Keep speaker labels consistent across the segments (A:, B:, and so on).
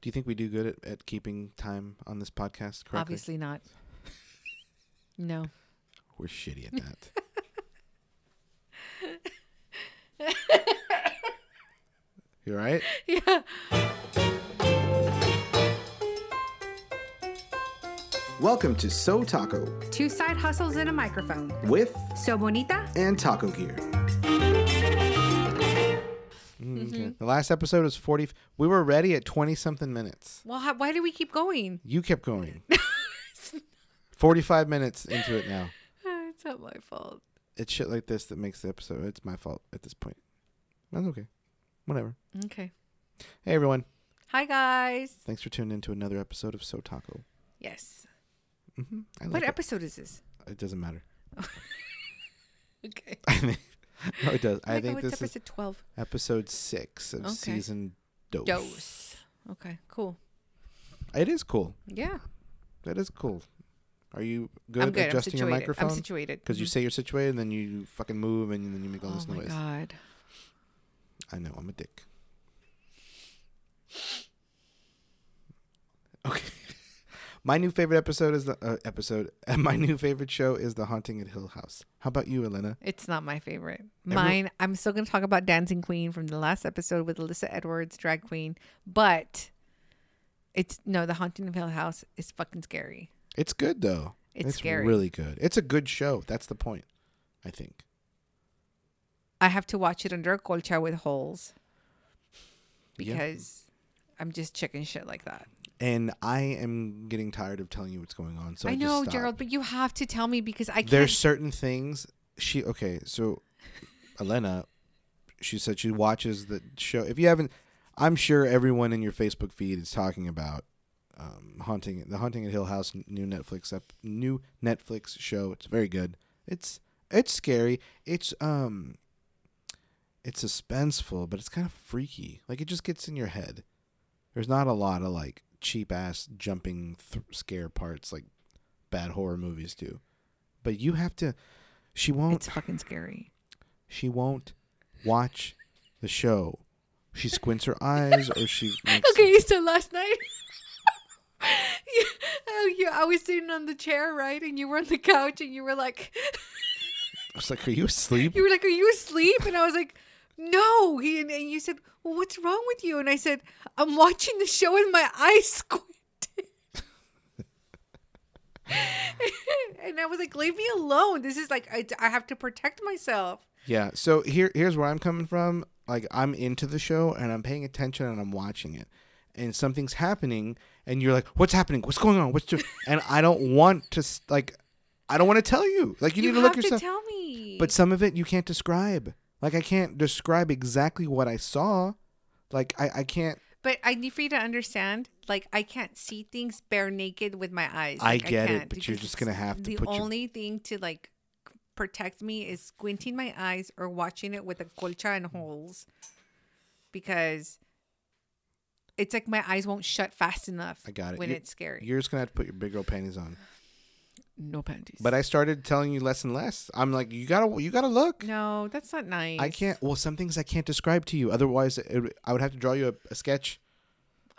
A: Do you think we do good at, at keeping time on this podcast correctly?
B: Obviously not. No.
A: We're shitty at that. you all right?
B: Yeah.
A: Welcome to So Taco
C: Two side hustles and a microphone.
A: with
C: So bonita.
A: and Taco Gear. Mm, The last episode was 40. We were ready at 20 something minutes.
B: Well, how, why do we keep going?
A: You kept going. 45 minutes into it now.
B: Uh, It's not my fault.
A: It's shit like this that makes the episode. It's my fault at this point. That's okay. Whatever.
B: Okay.
A: Hey, everyone.
B: Hi guys.
A: Thanks for tuning in to another episode of So Taco.
B: Yes.
A: Mm-hmm. I
B: What
A: like it.
B: episode is this?
A: it doesn't matter.
B: Okay.
A: I think, no, it does. I
B: Oh my God,
A: think
B: what's
A: this is
B: episode twelve.
A: episode six of
B: Okay.
A: season dose.
B: Dose. Okay. Cool.
A: It is cool.
B: Yeah.
A: That is cool. Are you good,
B: I'm good. I'm
A: adjusting
B: situated.
A: your microphone?
B: I'm situated.
A: Because you
B: Mhm.
A: say you're situated, and then you fucking move, and then you make all
B: Oh
A: this
B: my
A: noise.
B: god.
A: I know. I'm a dick. Okay. my new favorite episode is the uh, episode. And my new favorite show is The Haunting at Hill House. How about you, Elena?
B: It's not my favorite. Mine, I'm still going to talk about Dancing Queen from the last episode with Alyssa Edwards, drag queen, but it's no, The Haunting of Hill House is fucking scary.
A: It's good though.
B: It's scary.
A: really good. It's a good show. That's the point. I think.
B: I have to watch it under a colcha with holes
A: Yeah.
B: because I'm just chicken shit like that.
A: And I am getting tired of telling you what's going on. So I,
B: I
A: just
B: know,
A: stopped.
B: Gerald, but you have to tell me because I can't.
A: There's certain things she okay. So Elena, she said she watches the show. If you haven't, I'm sure everyone in your Facebook feed is talking about um, haunting the haunting at Hill House new Netflix up new Netflix show. It's very good. It's it's scary. It's um. It's suspenseful, but it's kind of freaky. Like it just gets in your head. There's not a lot of like cheap ass jumping th- scare parts like bad horror movies do. But you have to. She won't.
B: it's fucking scary.
A: she won't watch the show. She squints her eyes, or she makes,
B: Okay, so last night. Yeah, oh, you, I was sitting on the chair, right? And you were on the couch and you were like.
A: I was like, "Are you asleep?"
B: you were like, "Are you asleep?" And I was like, "No." He and, and you said, "Well, what's wrong with you?" And I said, "I'm watching the show and my eyes squinted." and I was like, "Leave me alone. This is like I, I have to protect myself."
A: Yeah. So here, here's where I'm coming from. Like I'm into the show and I'm paying attention and I'm watching it, and something's happening, and you're like, "What's happening? What's going on? What's?" Do-? And I don't want to s- like, I don't want to tell you. Like you,
B: You,
A: need to
B: have
A: look
B: to
A: yourself.
B: tell me.
A: But some of it you can't describe. Like I can't describe exactly what I saw. Like I, I can't.
B: but I need for you to understand. Like I can't see things bare naked with my eyes.
A: I
B: Like,
A: get it,
B: can't
A: but you're
B: because
A: just gonna have to
B: The
A: put your-
B: only thing to like protect me is squinting my eyes or watching it with a colcha and holes, because it's like my eyes won't shut fast enough.
A: I got it.
B: when
A: You-
B: it's scary.
A: You're just gonna have to put your big girl panties on.
B: No panties.
A: But I started telling you less and less. I'm like, you gotta, you gotta look.
B: no, that's not nice.
A: I can't. Well, some things I can't describe to you. Otherwise, it, I would have to draw you a, a sketch.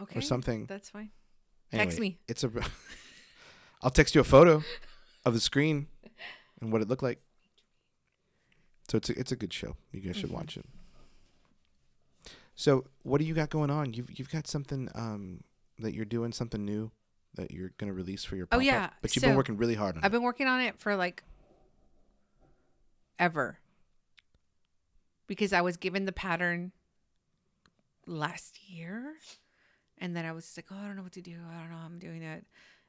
B: Okay,
A: something.
B: That's fine. Text me.
A: It's a. I'll text you a photo of the screen and what it looked like. So it's a, it's a good show. You guys
B: Mm-hmm.
A: should watch it. So what do you got going on? You've you've got something um that you're doing something new that you're gonna release for your.
B: Oh,
A: pop-up,
B: yeah.
A: but you've
B: So,
A: been working really hard on
B: I've
A: it.
B: been working on it for like ever because I was given the pattern last year, and then I was just like, oh, I don't know what to do. I don't know how I'm doing it.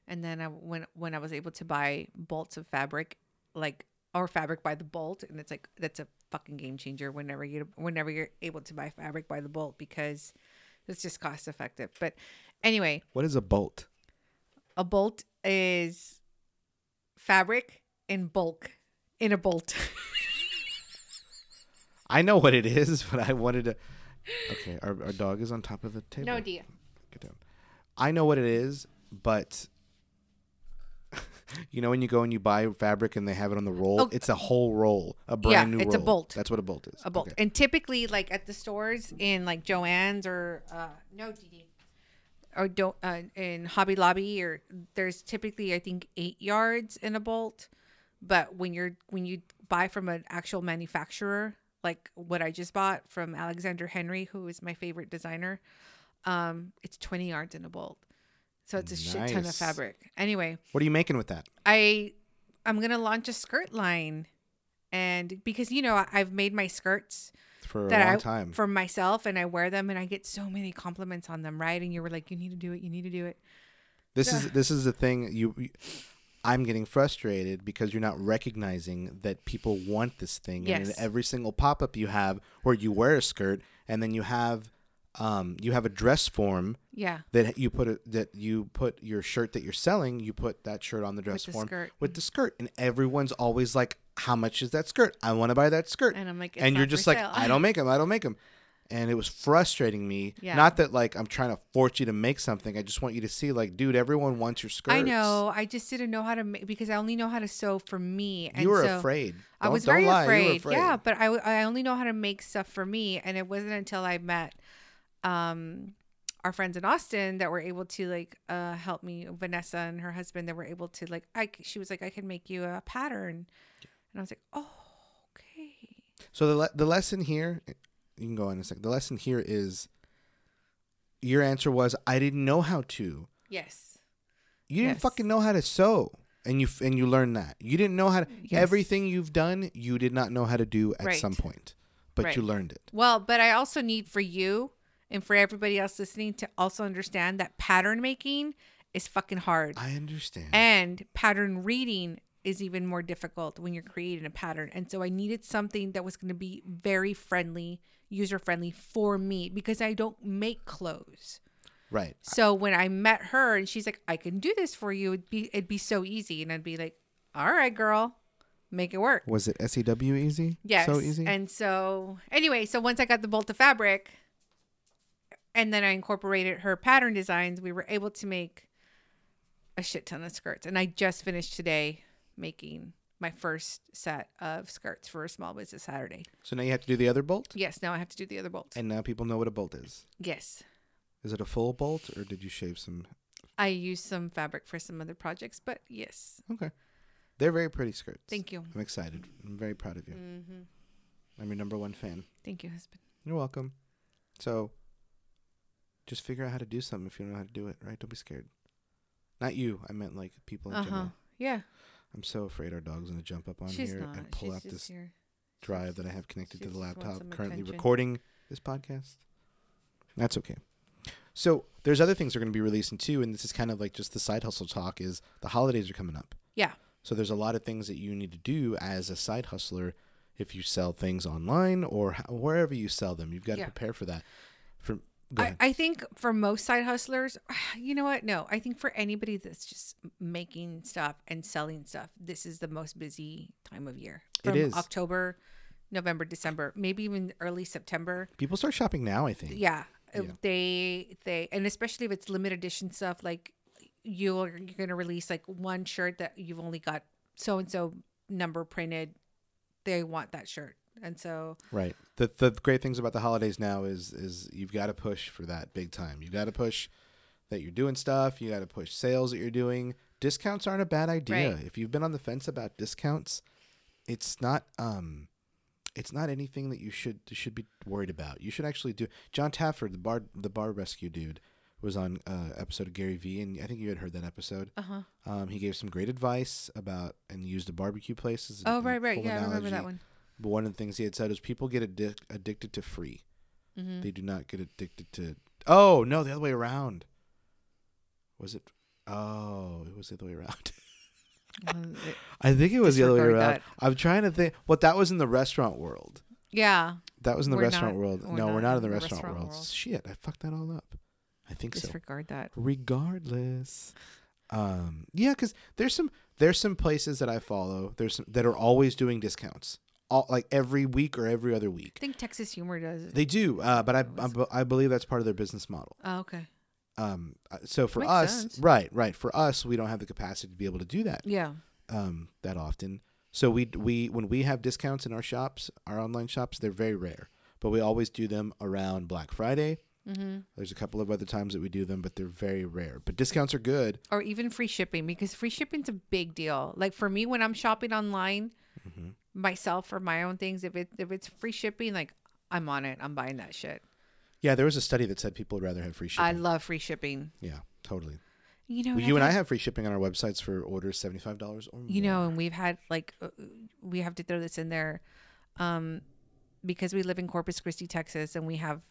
B: And then I when when I was able to buy bolts of fabric, like or fabric by the bolt, and it's like that's a fucking game changer. Whenever you whenever you're able to buy fabric by the bolt because it's just cost effective. But anyway,
A: What is a bolt?
B: a bolt is fabric in bulk in a bolt.
A: I know what it is, but I wanted to. Okay, our, our dog is on top of the table.
B: idea.
A: Get down. I know what it is, but you know when you go and you buy fabric and they have it on the roll,
B: Oh.
A: it's a whole roll, a brand
B: Yeah,
A: new
B: it's a
A: roll.
B: bolt.
A: That's what a bolt is.
B: A bolt.
A: Okay.
B: And typically like at the stores in like Joann's or uh no DD. or don't uh, in Hobby Lobby or there's typically I think eight yards in a bolt, but when you're when you buy from an actual manufacturer like what I just bought from Alexander Henry, who is my favorite designer, um, it's twenty yards in a bolt, so it's a shit ton of
A: Nice.
B: fabric. Anyway,
A: What are you making with that?
B: I I'm gonna launch a skirt line, and because you know I, I've made my skirts
A: For a
B: that
A: long
B: I
A: time.
B: for myself, and I wear them, and I get so many compliments on them, right? And you were like, you need to do it, you need to do it.
A: This is this is the thing you. you- I'm getting frustrated because you're not recognizing that people want this thing. And in
B: Yes.
A: every single pop up you have where you wear a skirt and then you have um, you have a dress form
B: Yeah,
A: that you put a, that you put your shirt that you're selling, you put that shirt on the dress
B: the
A: form
B: skirt. Mm-hmm.
A: with the skirt. And everyone's always like, How much is that skirt? I want to buy that skirt.
B: And I'm like, "It's
A: And
B: not
A: you're
B: for
A: just like,
B: sale."
A: I don't make them, I don't make them. And it was frustrating me.
B: Yeah.
A: Not that like I'm trying to force you to make something. I just want you to see, like, dude, everyone wants your skirts.
B: I know. I just didn't know how to make because I only know how to sew for me. And
A: You were
B: so
A: afraid.
B: I
A: Don't-
B: was
A: don't
B: very
A: lie, you were
B: afraid. Yeah,
A: afraid.
B: but I w- I only know how to make stuff for me, and it wasn't until I met um our friends in Austin that were able to like uh help me Vanessa and her husband that were able to like I c- she was like I can make you a pattern, and I was like oh okay
A: So the le- the lesson here, you can go on in a second. The lesson here is your answer was I didn't know how to.
B: yes
A: You didn't
B: Yes.
A: fucking know how to sew, and you f- and you learned that. You didn't know how to
B: Yes.
A: everything you've done. You did not know how to do at
B: Right.
A: some point, but you
B: Right.
A: learned it.
B: Well, but I also need for you and for everybody else listening to also understand that pattern making is fucking hard.
A: I understand.
B: And pattern reading is even more difficult when you're creating a pattern. And so I needed something that was going to be very friendly, user friendly for me because I don't make clothes.
A: right.
B: So when I met her and she's like, I can do this for you, it'd be, it'd be so easy. And I'd be like, all right, girl, make it work.
A: Was it SEW easy?
B: Yes.
A: So easy.
B: And so, anyway, so once I got the bolt of fabric and then I incorporated her pattern designs, we were able to make a shit ton of skirts. And I just finished today making my first set of skirts for a small business Saturday.
A: so now you have to do the other bolt,
B: Yes. Now I have to do the other bolts.
A: and now people know what a bolt is.
B: yes.
A: Is it a full bolt, or did you shave some?
B: I used some fabric for some other projects, but yes.
A: Okay. They're very pretty skirts.
B: Thank you. Mm-hmm.
A: I'm excited. I'm very proud of you. I'm your number one fan.
B: Thank you, husband.
A: You're welcome. So, just figure out how to do something if you don't know how to do it, right? Don't be scared. Not you. I meant like people in
B: Uh huh.
A: general.
B: Yeah.
A: I'm so afraid our dog's gonna jump up on
B: She's
A: here
B: not.
A: and pull
B: She's
A: out
B: just
A: this
B: here.
A: drive
B: She's-
A: that I have connected to
B: she
A: the
B: just wants
A: laptop
B: some
A: currently
B: attention.
A: recording this podcast. That's okay. So there's other things they're gonna be releasing too, and this is kind of like just the side hustle talk. Is the holidays are coming up.
B: Yeah.
A: So there's a lot of things that you need to do as a side hustler if you sell things online or ho- wherever you sell them. You've got to
B: Yeah.
A: prepare for that. For go
B: I,
A: ahead.
B: I think for most side hustlers, you know what? No, I think for anybody that's just making stuff and selling stuff, this is the most busy time of year.
A: It
B: From
A: is.
B: October, November, December, maybe even early September.
A: people start shopping now. I think.
B: Yeah, uh,
A: Yeah.
B: they they and especially if it's limited edition stuff, like you're you're gonna release like one shirt that you've only got so and so number printed. They want that shirt, and so
A: Right. The the great things about the holidays now is is you've got to push for that big time. You've got to push that you're doing stuff. You got to push sales that you're doing. Discounts aren't a bad idea.
B: Right.
A: If you've been on the fence about discounts, it's not um it's not anything that you should should be worried about. You should actually do John Tafford, the bar the bar rescue dude, was on uh episode of Gary Vee and I think you had heard that episode.
B: uh-huh.
A: Um, he gave some great advice about and used a barbecue place as a-
B: Oh
A: a
B: right, right,
A: full
B: yeah, I remember that
A: analogy.
B: one.
A: But one of the things he had said was people get addic- addicted to free.
B: Mhm.
A: They do not get addicted to. Oh no, the other way around. Was it? Oh, it was the other way around.
B: Uh, it-
A: I think it was the other way
B: Disregard
A: around.
B: that.
A: I'm trying to think. Well, that was in the restaurant world.
B: yeah.
A: That was in the
B: We're
A: restaurant
B: not-
A: world.
B: we're
A: no, we're
B: not
A: not in the, restaurant, world.
B: world.
A: Shit, I fucked that all up. I think so.
B: disregard that.
A: regardless um yeah because there's some there's some places that i follow there's some that are always doing discounts all like every week or every other
B: I
A: week
B: think Texas humor does. it.
A: they do uh, but I, I be- i believe that's part of their business model
B: oh, okay.
A: um uh, so for
B: Makes
A: us
B: sense.
A: right right for us we don't have the capacity to be able to do that
B: Yeah.
A: um that often so we we when we have discounts in our shops our online shops they're very rare but we always do them around black friday
B: Mm-hmm.
A: There's a couple of other times that we do them, but they're very rare. But discounts are good.
B: Or even free shipping because free shipping's a big deal. Like for me, when I'm shopping online
A: Mm-hmm.
B: myself for my own things, if it if it's free shipping, like I'm on it. I'm buying that shit.
A: Yeah, there was a study that said people would rather have free
B: I
A: shipping.
B: love free shipping.
A: yeah, totally.
B: You know,
A: Well, you and I have free shipping on our websites for orders seventy five dollars or more.
B: you know, and we've had like uh, we have to throw this in there, um, because we live in Corpus Christi, Texas, and we have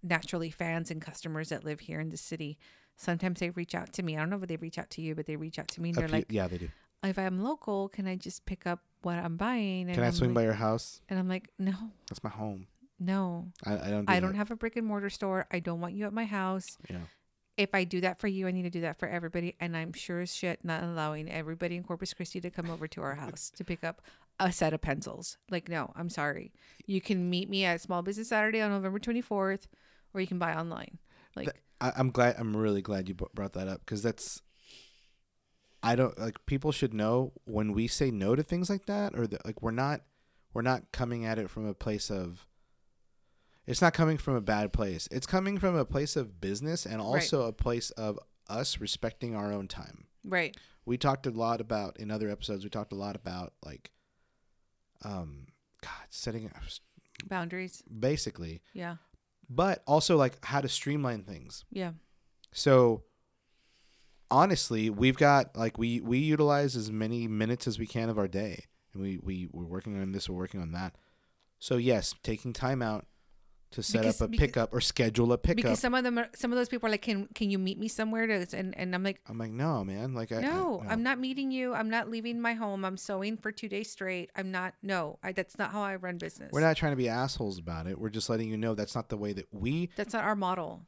B: naturally fans and customers that live here in the city. Sometimes they reach out to me. I don't know if they reach out to you, but they reach out to me and
A: A
B: they're
A: few-
B: like,
A: yeah, they do.
B: "If I'm local, can I just pick up what I'm buying?" And
A: Can I
B: I'm
A: swing by
B: like,
A: your house?
B: And I'm like, "No,
A: That's my home.
B: no,
A: I, I don't. Do
B: I don't have a brick and mortar store. I don't want you at my house.
A: Yeah.
B: If I do that for you, I need to do that for everybody. And I'm sure as shit not allowing everybody in Corpus Christi to come over to our house to pick up a set of pencils. Like, no, I'm sorry. You can meet me at Small Business Saturday on November 24th, or you can buy online. Like,
A: I, I'm glad. I'm really glad you br- brought that up because that's. I don't like people should know when we say no to things like that, or that like we're not, we're not coming at it from a place of. It's not coming from a bad place. It's coming from a place of business and also a place of us respecting our own time.
B: right.
A: We talked a lot about in other episodes. We talked a lot about like, um, God, setting
B: Boundaries.
A: basically,
B: Yeah.
A: but also like how to streamline things.
B: Yeah.
A: So honestly, we've got like we we utilize as many minutes as we can of our day, and we we we're working on this, we're working on that. So yes, taking time out to set
B: Because-
A: up a
B: because-
A: pickup or schedule a pickup.
B: Because some of them, are, some of those people are like, can can you meet me somewhere? To, and and I'm like,
A: I'm like, no, man. Like, I, I-
B: no, I'm not meeting you. I'm not leaving my home. I'm sewing for two days straight. I'm not. No, I, that's not how I run business.
A: We're not trying to be assholes about it. We're just letting you know that's not the way that we.
B: That's not our model.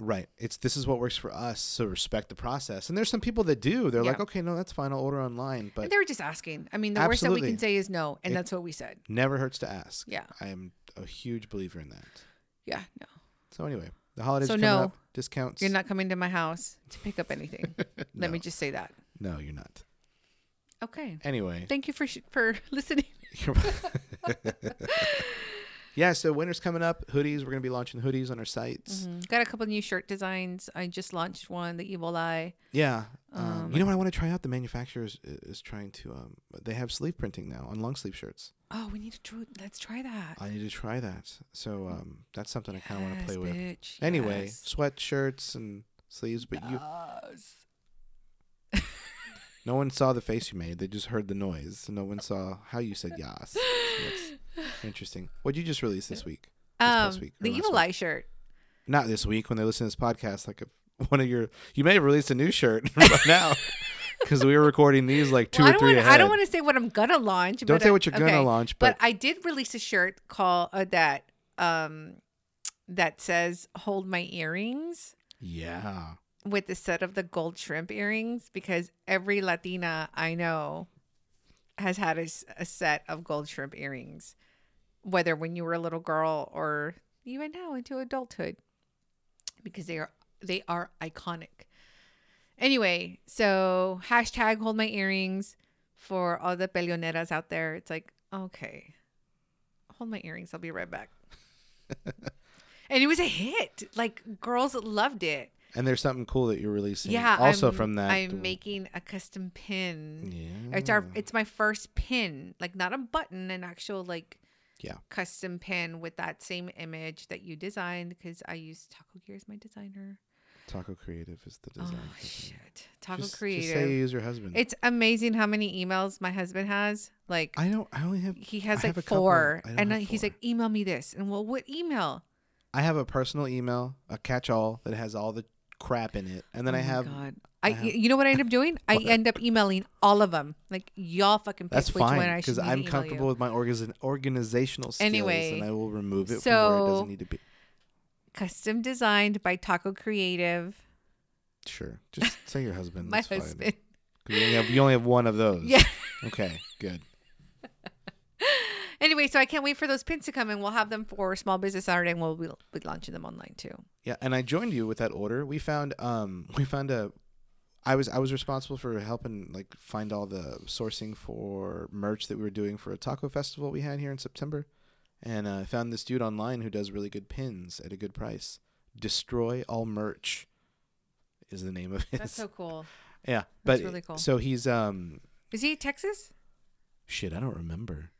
A: Right. It's this is what works for us. So respect the process. And there's some people that do. They're
B: Yeah.
A: like, okay, no, that's fine. I'll order online, but
B: And they were just asking. I mean, the worst that we
A: Absolutely.
B: can say is no, and
A: It-
B: that's what we said.
A: never hurts to ask.
B: Yeah.
A: I am a huge believer in that.
B: Yeah, no,
A: So anyway, the holidays
B: So
A: coming
B: no,
A: up. Discounts. Uh,
B: you're not coming to my house to pick up anything. Let
A: No.
B: me just say that.
A: No, you're not.
B: Okay.
A: Anyway.
B: Thank you for sh- for listening.
A: yeah, so winter's coming up. Hoodies. We're gonna be launching hoodies on our sites.
B: Got a couple new shirt designs. I just launched one, the Evil Eye.
A: Yeah. Um, you know what I want to try out? The manufacturer is, is trying to. Um, they have sleeve printing now on long sleeve shirts.
B: Oh, we need to do. Let's try that.
A: I need to try that. So um, that's something I kind of want to
B: Yes,
A: play with.
B: bitch,
A: Anyway,
B: yes.
A: sweatshirts and sleeves, but you. no one saw the face you made. They just heard the noise. No one saw how you said yas. So that's interesting. What'd you just release this week? This past
B: Um,
A: week, or
B: the
A: last
B: Evil
A: week?
B: Eye shirt.
A: Not this week when they listen to this podcast. Like a, one of your, you may have released a new shirt by now because we were recording these like two
B: Well, I
A: or
B: don't
A: three
B: wanna,
A: ahead.
B: I don't want to say what I'm gonna launch.
A: Don't
B: but
A: say
B: I-
A: what you're gonna
B: okay.
A: launch, but-
B: I did release a shirt call uh, that um that says "Hold my earrings"
A: Yeah.
B: with the set of the gold shrimp earrings because every Latina I know has had a, s- a set of gold shrimp earrings, whether when you were a little girl or even now into adulthood, because they are they are iconic. Anyway, so hashtag hold my earrings for all the pelioneras out there. It's like, okay, hold my earrings. I'll be right back. and it was a hit. Like, girls loved it.
A: And there's something cool that you're releasing.
B: Yeah.
A: Also
B: I'm-
A: from that.
B: I'm making a custom pin.
A: Yeah.
B: It's our. It's my first pin, like not a button, an actual like.
A: Yeah.
B: Custom pin with that same image that you designed because I use Taco Gear as my designer.
A: Taco Creative is the design.
B: Oh
A: company.
B: shit, Taco
A: Just-
B: Creative.
A: Just say you use your husband.
B: It's amazing how many emails my husband has. Like
A: I don't. I only have.
B: he
A: I
B: has
A: have
B: like
A: a couple.
B: four,
A: I don't
B: and
A: have
B: he's
A: four.
B: like, "Email me this," and well, what email?
A: I have a personal email, a catch-all that has all the crap in it, and then
B: Oh
A: I
B: my
A: have.
B: God. I,
A: have-
B: you know what I end up doing? I end up emailing all of them. Like y'all fucking pick
A: That's
B: which one
A: fine
B: I should
A: because
B: need to
A: I'm
B: email
A: comfortable
B: you.
A: with my organiz- organizational skills,
B: Anyway,
A: and I will remove it from where it
B: so-
A: doesn't need to be.
B: Custom designed by Taco Creative.
A: Sure, just say your husband.
B: My
A: that's fine.
B: husband.
A: 'Cause You, only have, you only have one of those.
B: Yeah.
A: Okay. Good.
B: Anyway, so I can't wait for those pins to come, and we'll have them for Small Business Saturday, and we'll be, be launching them online too.
A: Yeah, and I joined you with that order. We found um we found a I was I was responsible for helping like find all the sourcing for merch that we were doing for a taco festival we had here in September. And uh, I found this dude online who does really good pins at a good price. Destroy All Merch is the name of his.
B: That's so cool.
A: yeah, but
B: that's really cool.
A: so he's um
B: Is he Texas?
A: shit, I don't remember.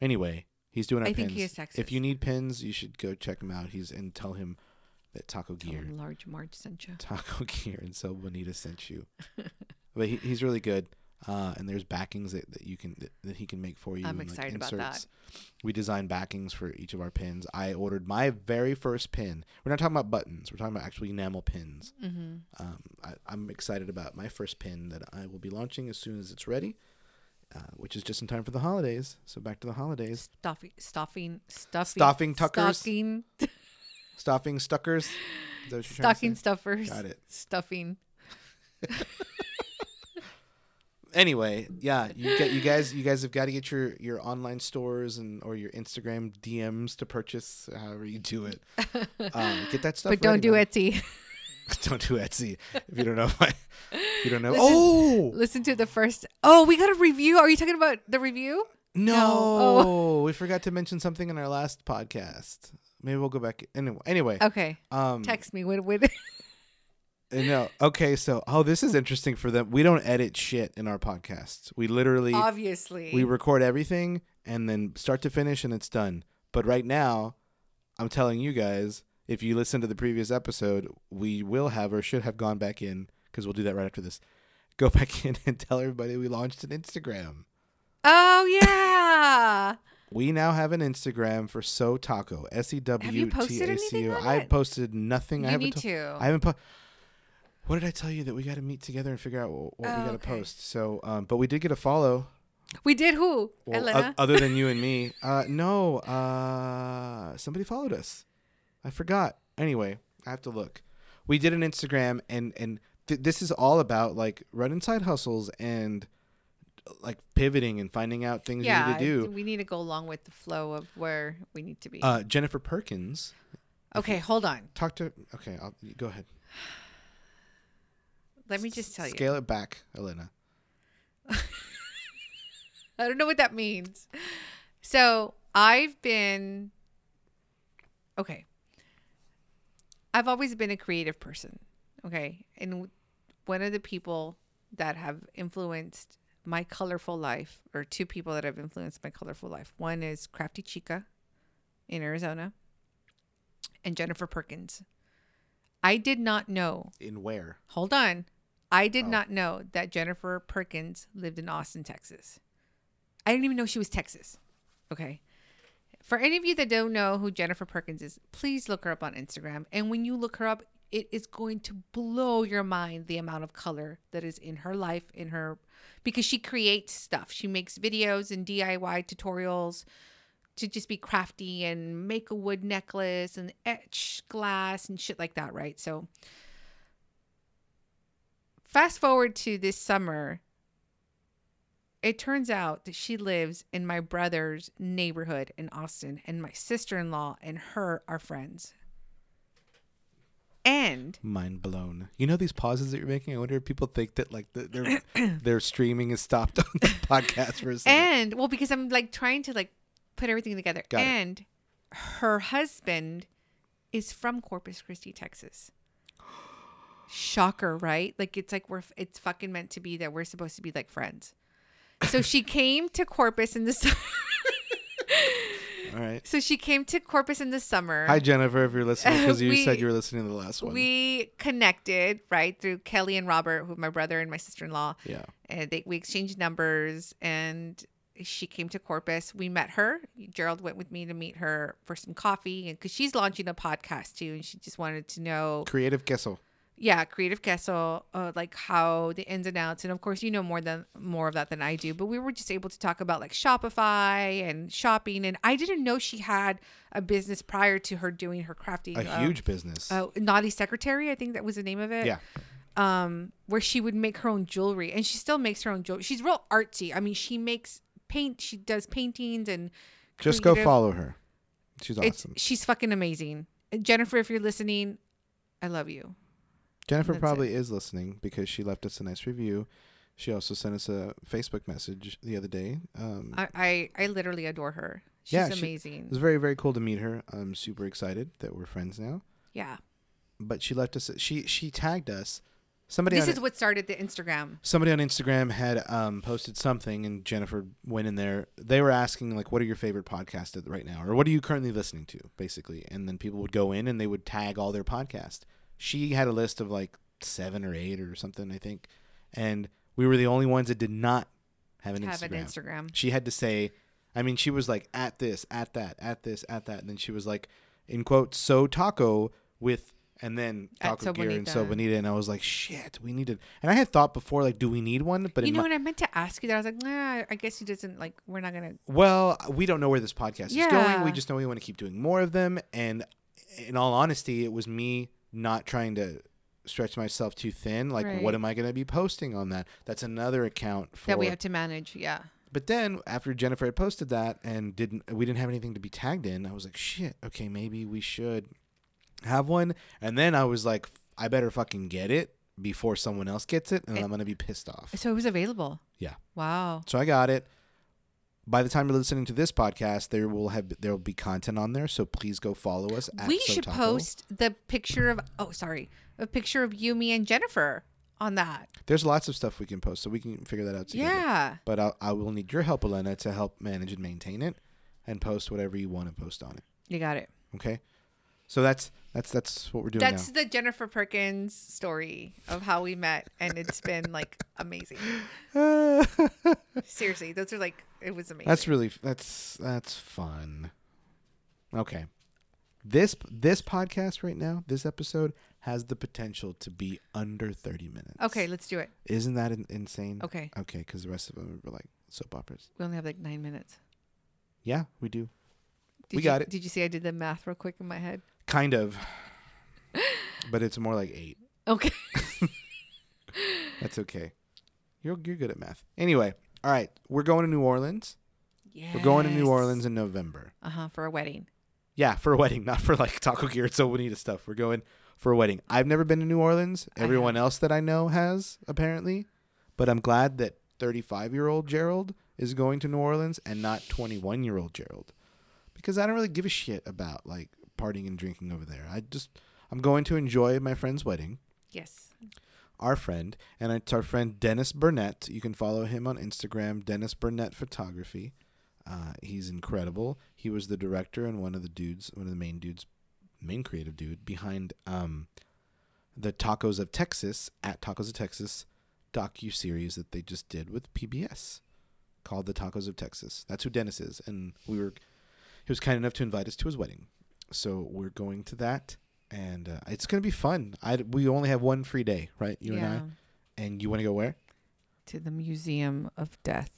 A: Anyway, he's doing our
B: I
A: pins.
B: think he is Texas.
A: If you need pins, you should go check him out. He's and tell him that Taco Gear,
B: Large Marge sent you.
A: Taco Gear, and so Bonita sent you. but he, he's really good. Uh, and there's backings that, that you can that, that he can make for you.
B: I'm
A: and,
B: excited about that.
A: We design backings for each of our pins. I ordered my very first pin. We're not talking about buttons. We're talking about actually enamel pins.
B: Mm-hmm.
A: Um, I, I'm excited about my first pin that I will be launching as soon as it's ready, uh, which is just in time for the holidays. So back to the holidays.
B: Stuffing, stuffing, stuffing,
A: Stuffing tuckers?
B: stocking,
A: Stocking stuckers. Is that what you're trying to
B: stocking
A: say?
B: stuffers.
A: Got it.
B: Stuffing.
A: Anyway, yeah, you get you guys you guys have got to get your your online stores and or your Instagram DMs to purchase however you do it. Um, get that stuff.
B: but don't
A: ready,
B: do
A: man.
B: Etsy.
A: don't do Etsy if you don't know. If you don't know.
B: Listen-
A: oh
B: Listen to the first. Oh, we got a review. Are you talking about the review?
A: no!
B: no. oh.
A: we forgot to mention something in our last podcast. Maybe we'll go back. Anyway, anyway.
B: Okay.
A: Um, uh,
B: Text me. When, when,
A: No. Okay. So, oh, this is interesting for them. We don't edit shit in our podcast. We literally
B: obviously.
A: we record everything and then start to finish and it's done. But right now, I'm telling you guys, if you listen to the previous episode, we will have or should have gone back in because we'll do that right after this. Go back in and tell everybody we launched an Instagram.
B: oh, yeah.
A: We now have an Instagram for So Taco. S E W T
B: posted
A: A
B: anything
A: C O.
B: on
A: I
B: it?
A: posted nothing. I
B: you
A: haven't
B: need
A: to-
B: to.
A: I haven't put. What did I tell you that we got to meet together and figure out what, what
B: Oh,
A: we got to
B: okay.
A: post? So, um, but we did get a follow.
B: we did who?
A: Well, uh, o-
B: Elena?
A: other than you and me, uh, no. Uh, somebody followed us. I forgot. Anyway, I have to look. We did an Instagram, and and th- this is all about like running side hustles and like pivoting and finding out things you
B: yeah.
A: need to do.
B: We need to go along with the flow of where we need to be.
A: Uh, Jennifer Perkins
B: okay. Hold on.
A: talk to. Okay, I'll go ahead.
B: Let me just tell you.
A: Scale it back, Elena.
B: I don't know what that means. So I've been okay. I've always been a creative person. Okay. And w- one of the people that have influenced my colorful life, or two people that have influenced my colorful life, one is Crafty Chica in Arizona and Jennifer Perkins. I did not know,
A: In where?
B: hold on. I did
A: Oh.
B: not know that Jennifer Perkins lived in Austin, Texas. I didn't even know she was Texas. Okay. For any of you that don't know who Jennifer Perkins is, please look her up on Instagram. And when you look her up, it is going to blow your mind the amount of color that is in her life, in her, because she creates stuff. She makes videos and DIY tutorials to just be crafty and make a wood necklace and etch glass and shit like that, right? So fast forward to this summer, it turns out that she lives in my brother's neighborhood in Austin, and my sister in law and her are friends. And
A: Mind blown. You know these pauses that you're making. I wonder if people think that like the, their their streaming is stopped on the podcast for a second.
B: and well, because I'm like trying to like put everything together.
A: Got it.
B: and her husband is from Corpus Christi, Texas. Shocker, right? Like it's like we're it's fucking meant to be that we're supposed to be like friends. So she came to Corpus in the summer.
A: All right.
B: So she came to Corpus in the summer.
A: Hi Jennifer, if you're listening, because you
B: We-
A: said you were listening to the last one.
B: we connected right through Kelly and Robert, who my brother and my sister in law.
A: yeah.
B: And they, we exchanged numbers, and she came to Corpus. We met her. Gerald went with me to meet her for some coffee, and because she's launching a podcast too, and she just wanted to know,
A: Creative queso.
B: yeah, Creative Castle, uh, like how the ins and outs, and of course you know more than more of that than I do. But we were just able to talk about like Shopify and shopping, and I didn't know she had a business prior to her doing her crafting.
A: A
B: uh,
A: huge business.
B: uh, naughty secretary i think that was the name of it
A: yeah.
B: um where she would make her own jewelry and she still makes her own jewelry she's real artsy i mean she makes paint she does paintings and
A: Just go
B: creative-
A: follow her. She's
B: it's
A: awesome.
B: she's fucking amazing And jennifer if you're listening i love you
A: Jennifer
B: that's
A: probably is listening because she left us a nice review. She also sent us a Facebook message the other day. Um,
B: i i, I literally adore her she's
A: Yeah, she-
B: amazing
A: it was very, very cool to meet her. I'm super excited that we're friends now.
B: yeah
A: but she left us. She she tagged us. Somebody
B: this
A: on,
B: is what started the Instagram.
A: somebody on Instagram had um, posted something, and Jennifer went in there. They were asking like, "What are your favorite podcasts at- right now?" or "What are you currently listening to?" Basically, and then people would go in and they would tag all their podcasts. She had a list of like seven or eight or something, I think, and we were the only ones that did not have an
B: Have an
A: Instagram.
B: Instagram.
A: She had to say, I mean, she was like at this, at that, at this, at that, and then she was like, in quote, so taco with, and then
B: At
A: taco gear and so
B: Sobonita.
A: bonita, and I was like, shit, we needed. And I had thought before, like, do we need one? But
B: You
A: in
B: know
A: my,
B: what I meant to ask you that I was like, nah, I guess he doesn't like. We're not gonna.
A: well, we don't know where this podcast is going. We
B: Yeah.
A: just know we want to keep doing more of them. And in all honesty, it was me not trying to stretch myself too thin. Like, what
B: Right.
A: am I going to be posting on that? That's another account for
B: That we have to manage. Yeah.
A: But then after Jennifer had posted that and didn't we didn't have anything to be tagged in, I was like, shit, okay, maybe we should have one. And then I was like, I better fucking get it before someone else gets it and I'm gonna be pissed off.
B: So it was available.
A: Yeah.
B: Wow.
A: So I got it. By the time you're listening to this podcast, there will have there will be content on there, so please go follow us. At
B: we should
A: Sotaco.
B: post the picture of. Oh, sorry, a picture of you, me, and Jennifer on that.
A: There's lots of stuff we can post, so we can figure that out together.
B: Yeah.
A: But I'll, I will need your help, Elena, to help manage and maintain it, and post whatever you want to post on it.
B: You got it.
A: Okay. So that's that's that's what we're doing
B: That's
A: now.
B: the Jennifer Perkins story of how we met, and it's been like amazing. Seriously, those are like it was amazing.
A: That's really that's that's fun. Okay. This this podcast right now, this episode has the potential to be under 30 minutes.
B: okay. Let's do it.
A: Isn't that in- insane?
B: Okay,
A: Okay, cuz the rest of them were like soap operas.
B: we only have like nine minutes.
A: Yeah, we do.
B: Did
A: We
B: you-
A: got it.
B: Did you see I did the math real quick in my head?
A: Kind of. but it's more like 8.
B: Okay.
A: That's okay. You're you're good at math. Anyway, all right, we're going to New Orleans.
B: Yeah.
A: We're going to New Orleans in November.
B: Uh huh. For a wedding.
A: Yeah, for a wedding, not for like taco gear and so bonita stuff. We're going for a wedding. I've never been to New Orleans.
B: I have.
A: Everyone else that I know has apparently, but I'm glad that 35 year old Gerald is going to New Orleans and not 21 year old Gerald, because I don't really give a shit about like partying and drinking over there. I just I'm going to enjoy my friend's wedding,
B: Yes.
A: our friend, and it's our friend Dennis Burnett. You can follow him on Instagram, Dennis Burnett Photography. Uh, he's incredible. He was the director and one of the dudes, one of the main dudes, main creative dude behind um, the Tacos of Texas at Tacos of Texas docu series that they just did with PBS called The Tacos of Texas. That's who Dennis is, and we were he was kind enough to invite us to his wedding, so we're going to that, and uh, it's gonna be fun. I we only have one free day, right? You
B: yeah.
A: and I, and you want to go where?
B: To the Museum of Death.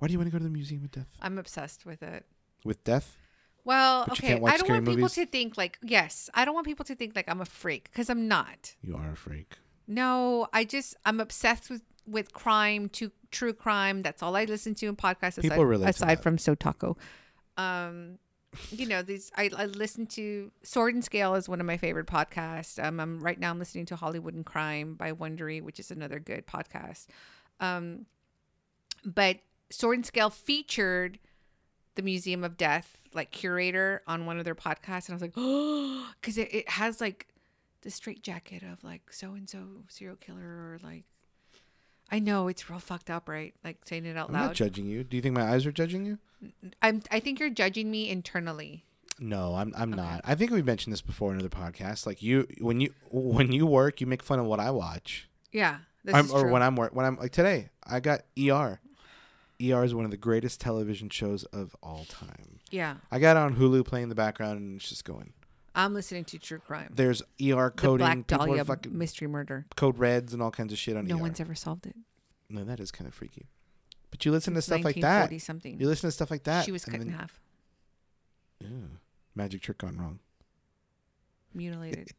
A: Why do you want to go to the Museum of Death?
B: I'm obsessed with it.
A: With death?
B: Well,
A: But you
B: okay.
A: can't watch
B: I don't
A: scary
B: want
A: movies?
B: people to think like yes. I don't want people to think like I'm a freak because I'm not.
A: You are a freak.
B: No, I just I'm obsessed with with crime, to true crime. That's all I listen to in podcasts.
A: People
B: aside,
A: relate to
B: aside
A: that.
B: from So Taco. Um, you know these. I, I listen to Sword and Scale is one of my favorite podcasts. Um, I'm right now I'm listening to Hollywood and Crime by Wondery, which is another good podcast. Um, but Sword and Scale featured the Museum of Death like curator on one of their podcasts, and I was like, oh, because it, it has like the straitjacket of like so and so serial killer or like I know it's real fucked up, right? Like saying it out
A: I'm not
B: loud.
A: judging you. Do you think my eyes are judging you?
B: I'm I think you're judging me internally.
A: No, I'm I'm not. I think we mentioned this before in other podcasts. Like you, when you when you work, you make fun of what I watch,
B: Yeah, this
A: I'm,
B: is
A: or
B: true.
A: when I'm work when I'm like today, I got ER. ER is one of the greatest television shows of all time.
B: yeah,
A: I got it on Hulu playing in the background, and it's just going.
B: I'm listening to true crime.
A: There's ER
B: The
A: coding,
B: Black
A: people
B: Dahlia
A: are fucking
B: mystery murder.
A: code reds and all kinds of shit on
B: No
A: ER.
B: one's ever solved it.
A: no, that is kind of freaky. But you listen to
B: Since
A: stuff like that.
B: 1940 something.
A: You listen to stuff like that.
B: she was
A: and
B: cut in
A: then-
B: half,
A: Ew. magic trick gone wrong.
B: mutilated.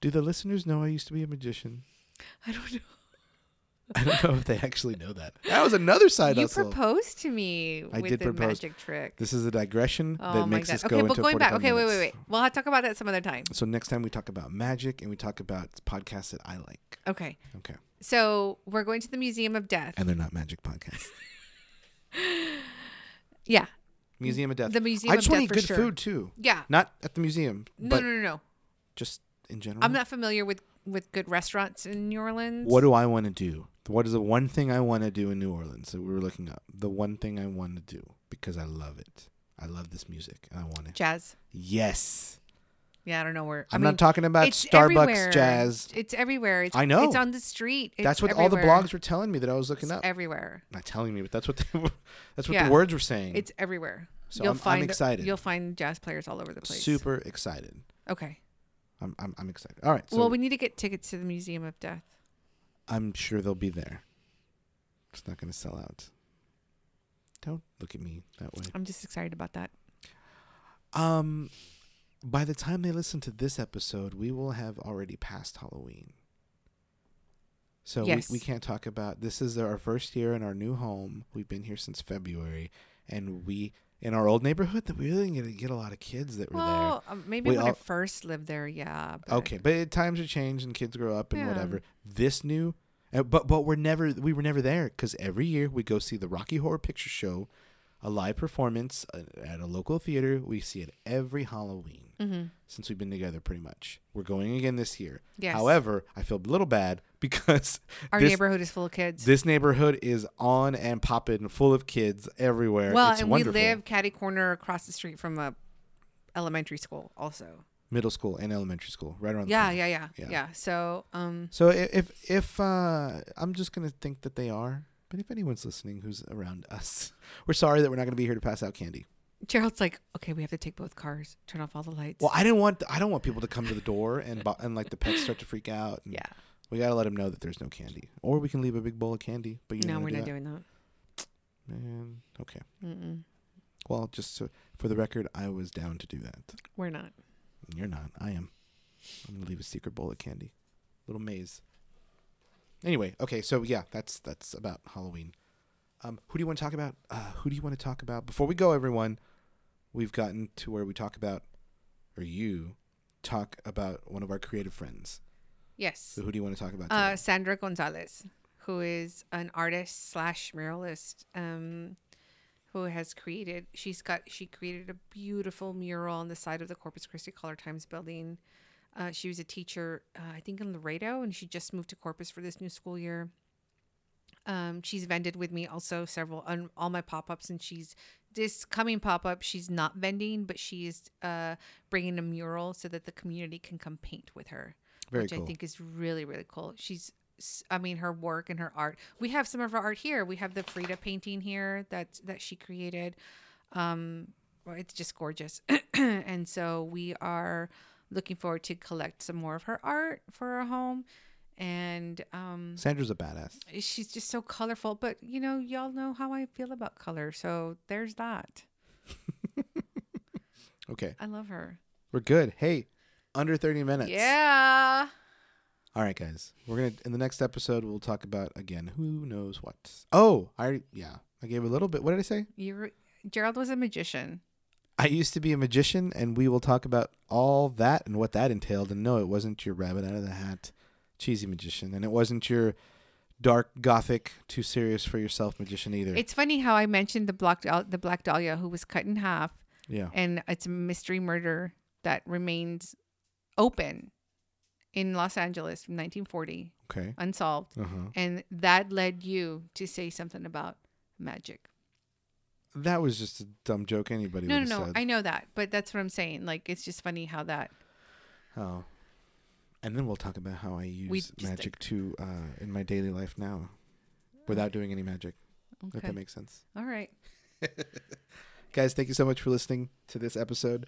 A: Do the listeners know I used to be a magician?
B: I don't know.
A: I don't know if they actually know that. That was another side
B: you
A: hustle.
B: proposed to me
A: I
B: with
A: did
B: the
A: propose.
B: magic trick.
A: this is a digression
B: oh
A: that
B: my
A: makes
B: god.
A: us go
B: Okay,
A: into
B: but going back.
A: 45
B: Okay, wait, wait, wait.
A: minutes.
B: We'll have to talk about that some other time.
A: So next time we talk about magic and we talk about podcasts that I like.
B: Okay.
A: Okay.
B: So we're going to the Museum of Death.
A: And they're not magic podcasts.
B: yeah.
A: Museum of Death.
B: The Museum
A: I
B: of
A: just want
B: Death
A: to eat
B: for
A: good
B: sure.
A: food too.
B: Yeah.
A: Not at the museum,
B: No,
A: but
B: no, no, no.
A: just in general?
B: I'm not familiar with with good restaurants in New Orleans.
A: What do I want to do? What is the one thing I want to do in New Orleans that we were looking up? The one thing I want to do because I love it. I love this music. and I want it.
B: jazz?
A: Yes.
B: Yeah, I don't know where. I
A: I'm
B: mean,
A: not talking about
B: it's
A: Starbucks
B: everywhere.
A: jazz.
B: It's everywhere. It's,
A: I know.
B: It's on the street. It's
A: that's what
B: everywhere.
A: all the blogs were telling me that I was looking
B: It's
A: up.
B: everywhere.
A: not telling me, but that's what they, were- that's what
B: Yeah.
A: the words were saying.
B: It's everywhere.
A: So
B: you'll
A: I'm- I'm
B: find
A: excited.
B: You'll find jazz players all over the place.
A: super excited.
B: Okay.
A: I'm I'm, I'm excited. All right. So
B: well, we need to get tickets to the Museum of Death.
A: I'm sure they'll be there. It's not going to sell out. Don't look at me that way.
B: I'm just excited about that.
A: Um, by the time they listen to this episode, we will have already passed Halloween. So
B: Yes.
A: we, we can't talk about this is our first year in our new home. We've been here since February, and we in our old neighborhood that we really didn't get a lot of kids that were
B: Well, um, maybe
A: We
B: when I
A: all-
B: first lived there, yeah. but-
A: there. Okay, but it- times have changed and kids grow up and
B: Yeah.
A: whatever. This new, uh, but but we're never we were never there because every year we go see the Rocky Horror Picture Show, a live performance uh, at a local theater. We see it every Halloween.
B: Mhm.
A: since we've been together pretty much. We're going again this year.
B: Yes.
A: However, I feel a little bad because
B: Our
A: this,
B: neighborhood is full of kids.
A: this neighborhood is on and popping full of kids everywhere.
B: well,
A: it's
B: and
A: wonderful.
B: we live catty corner across the street from a elementary school, also.
A: middle school and elementary school right around
B: Yeah,
A: the corner.
B: yeah, yeah,
A: Yeah.
B: yeah, So, um,
A: So i- if if uh I'm just going to think that they are, but if anyone's listening who's around us, we're sorry that we're not going to be here to pass out candy.
B: Gerald's like, okay, we have to take both cars, turn off all the lights.
A: Well, I didn't want I don't want people to come to the door and bo- and like the pets start to freak out. and
B: yeah.
A: We got to let them know that there's no candy. Or we can leave a big bowl of candy, but you
B: No,
A: don't
B: we're
A: wanna do
B: not
A: that.
B: doing that.
A: Man, okay.
B: Mm-mm.
A: Well, just so, for the record, I was down to do that.
B: We're not.
A: You're not. I am. I'm gonna leave a secret bowl of candy, little maze. Anyway, okay, so yeah, that's that's about Halloween. Um, who do you want to talk about? Uh, who do you want to talk about before we go, everyone? We've gotten to where we talk about, or you talk about one of our creative friends.
B: Yes.
A: So who do you want to talk about?
B: Uh,
A: today?
B: Sandra Gonzalez, who is an artist slash muralist, um, who has created. She's got she created a beautiful mural on the side of the Corpus Christi Caller Times building. Uh, she was a teacher, uh, I think, in Laredo, and she just moved to Corpus for this new school year. Um, she's vended with me also several on all my pop ups, and she's this coming pop up. She's not vending, but she's uh, bringing a mural so that the community can come paint with her
A: Very
B: which
A: cool.
B: I think is really really cool. She's s- I mean her work and her art. We have some of her art here. We have the Frida painting here that that she created. Um well, it's just gorgeous. and so we are looking forward to collect some more of her art for our home and um
A: Sandra's a badass.
B: she's just so colorful, but you know, y'all know how I feel about color. So there's that.
A: Okay,
B: I love her.
A: we're good. Hey, under thirty minutes.
B: Yeah.
A: All right, guys. We're gonna in the next episode we'll talk about again who knows what. Oh, I yeah, I gave a little bit. What did I say?
B: You Gerald was a magician.
A: I used to be a magician, and we will talk about all that and what that entailed. And no, it wasn't your rabbit out of the hat, cheesy magician, and it wasn't your dark gothic, too serious for yourself magician either.
B: It's funny how I mentioned the black Dahlia, the black dahlia who was cut in half,
A: yeah,
B: and it's a mystery murder that remains open in Los Angeles from 1940,
A: okay,
B: unsolved,
A: uh huh.
B: and that led you to say something about magic.
A: That was just a dumb joke. Anybody
B: No,
A: would
B: no,
A: have
B: no,
A: said.
B: I know that, but that's what I'm saying. Like, it's just funny how that.
A: oh, and then we'll talk about how I use
B: just, like-
A: magic to uh, in my daily life now, without doing any magic. If
B: Okay.
A: that makes sense.
B: All right.
A: Guys, thank you so much for listening to this episode.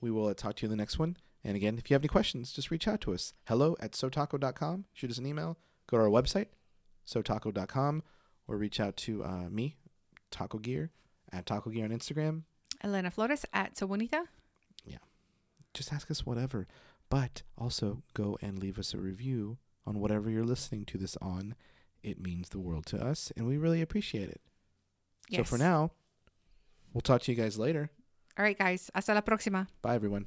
A: We will uh, talk to you in the next one. And again, if you have any questions, just reach out to us. Hello at sotaco.com. Shoot us an email. Go to our website, sotaco.com, or reach out to uh, me, Taco Gear, at Taco Gear on Instagram.
B: Elena Flores at Sobonita.
A: Just ask us whatever. But also go and leave us a review on whatever you're listening to this on. It means the world to us, and we really appreciate it. So
B: Yes.
A: for now, we'll talk to you guys later.
B: All right, guys. Hasta la próxima.
A: Bye, everyone.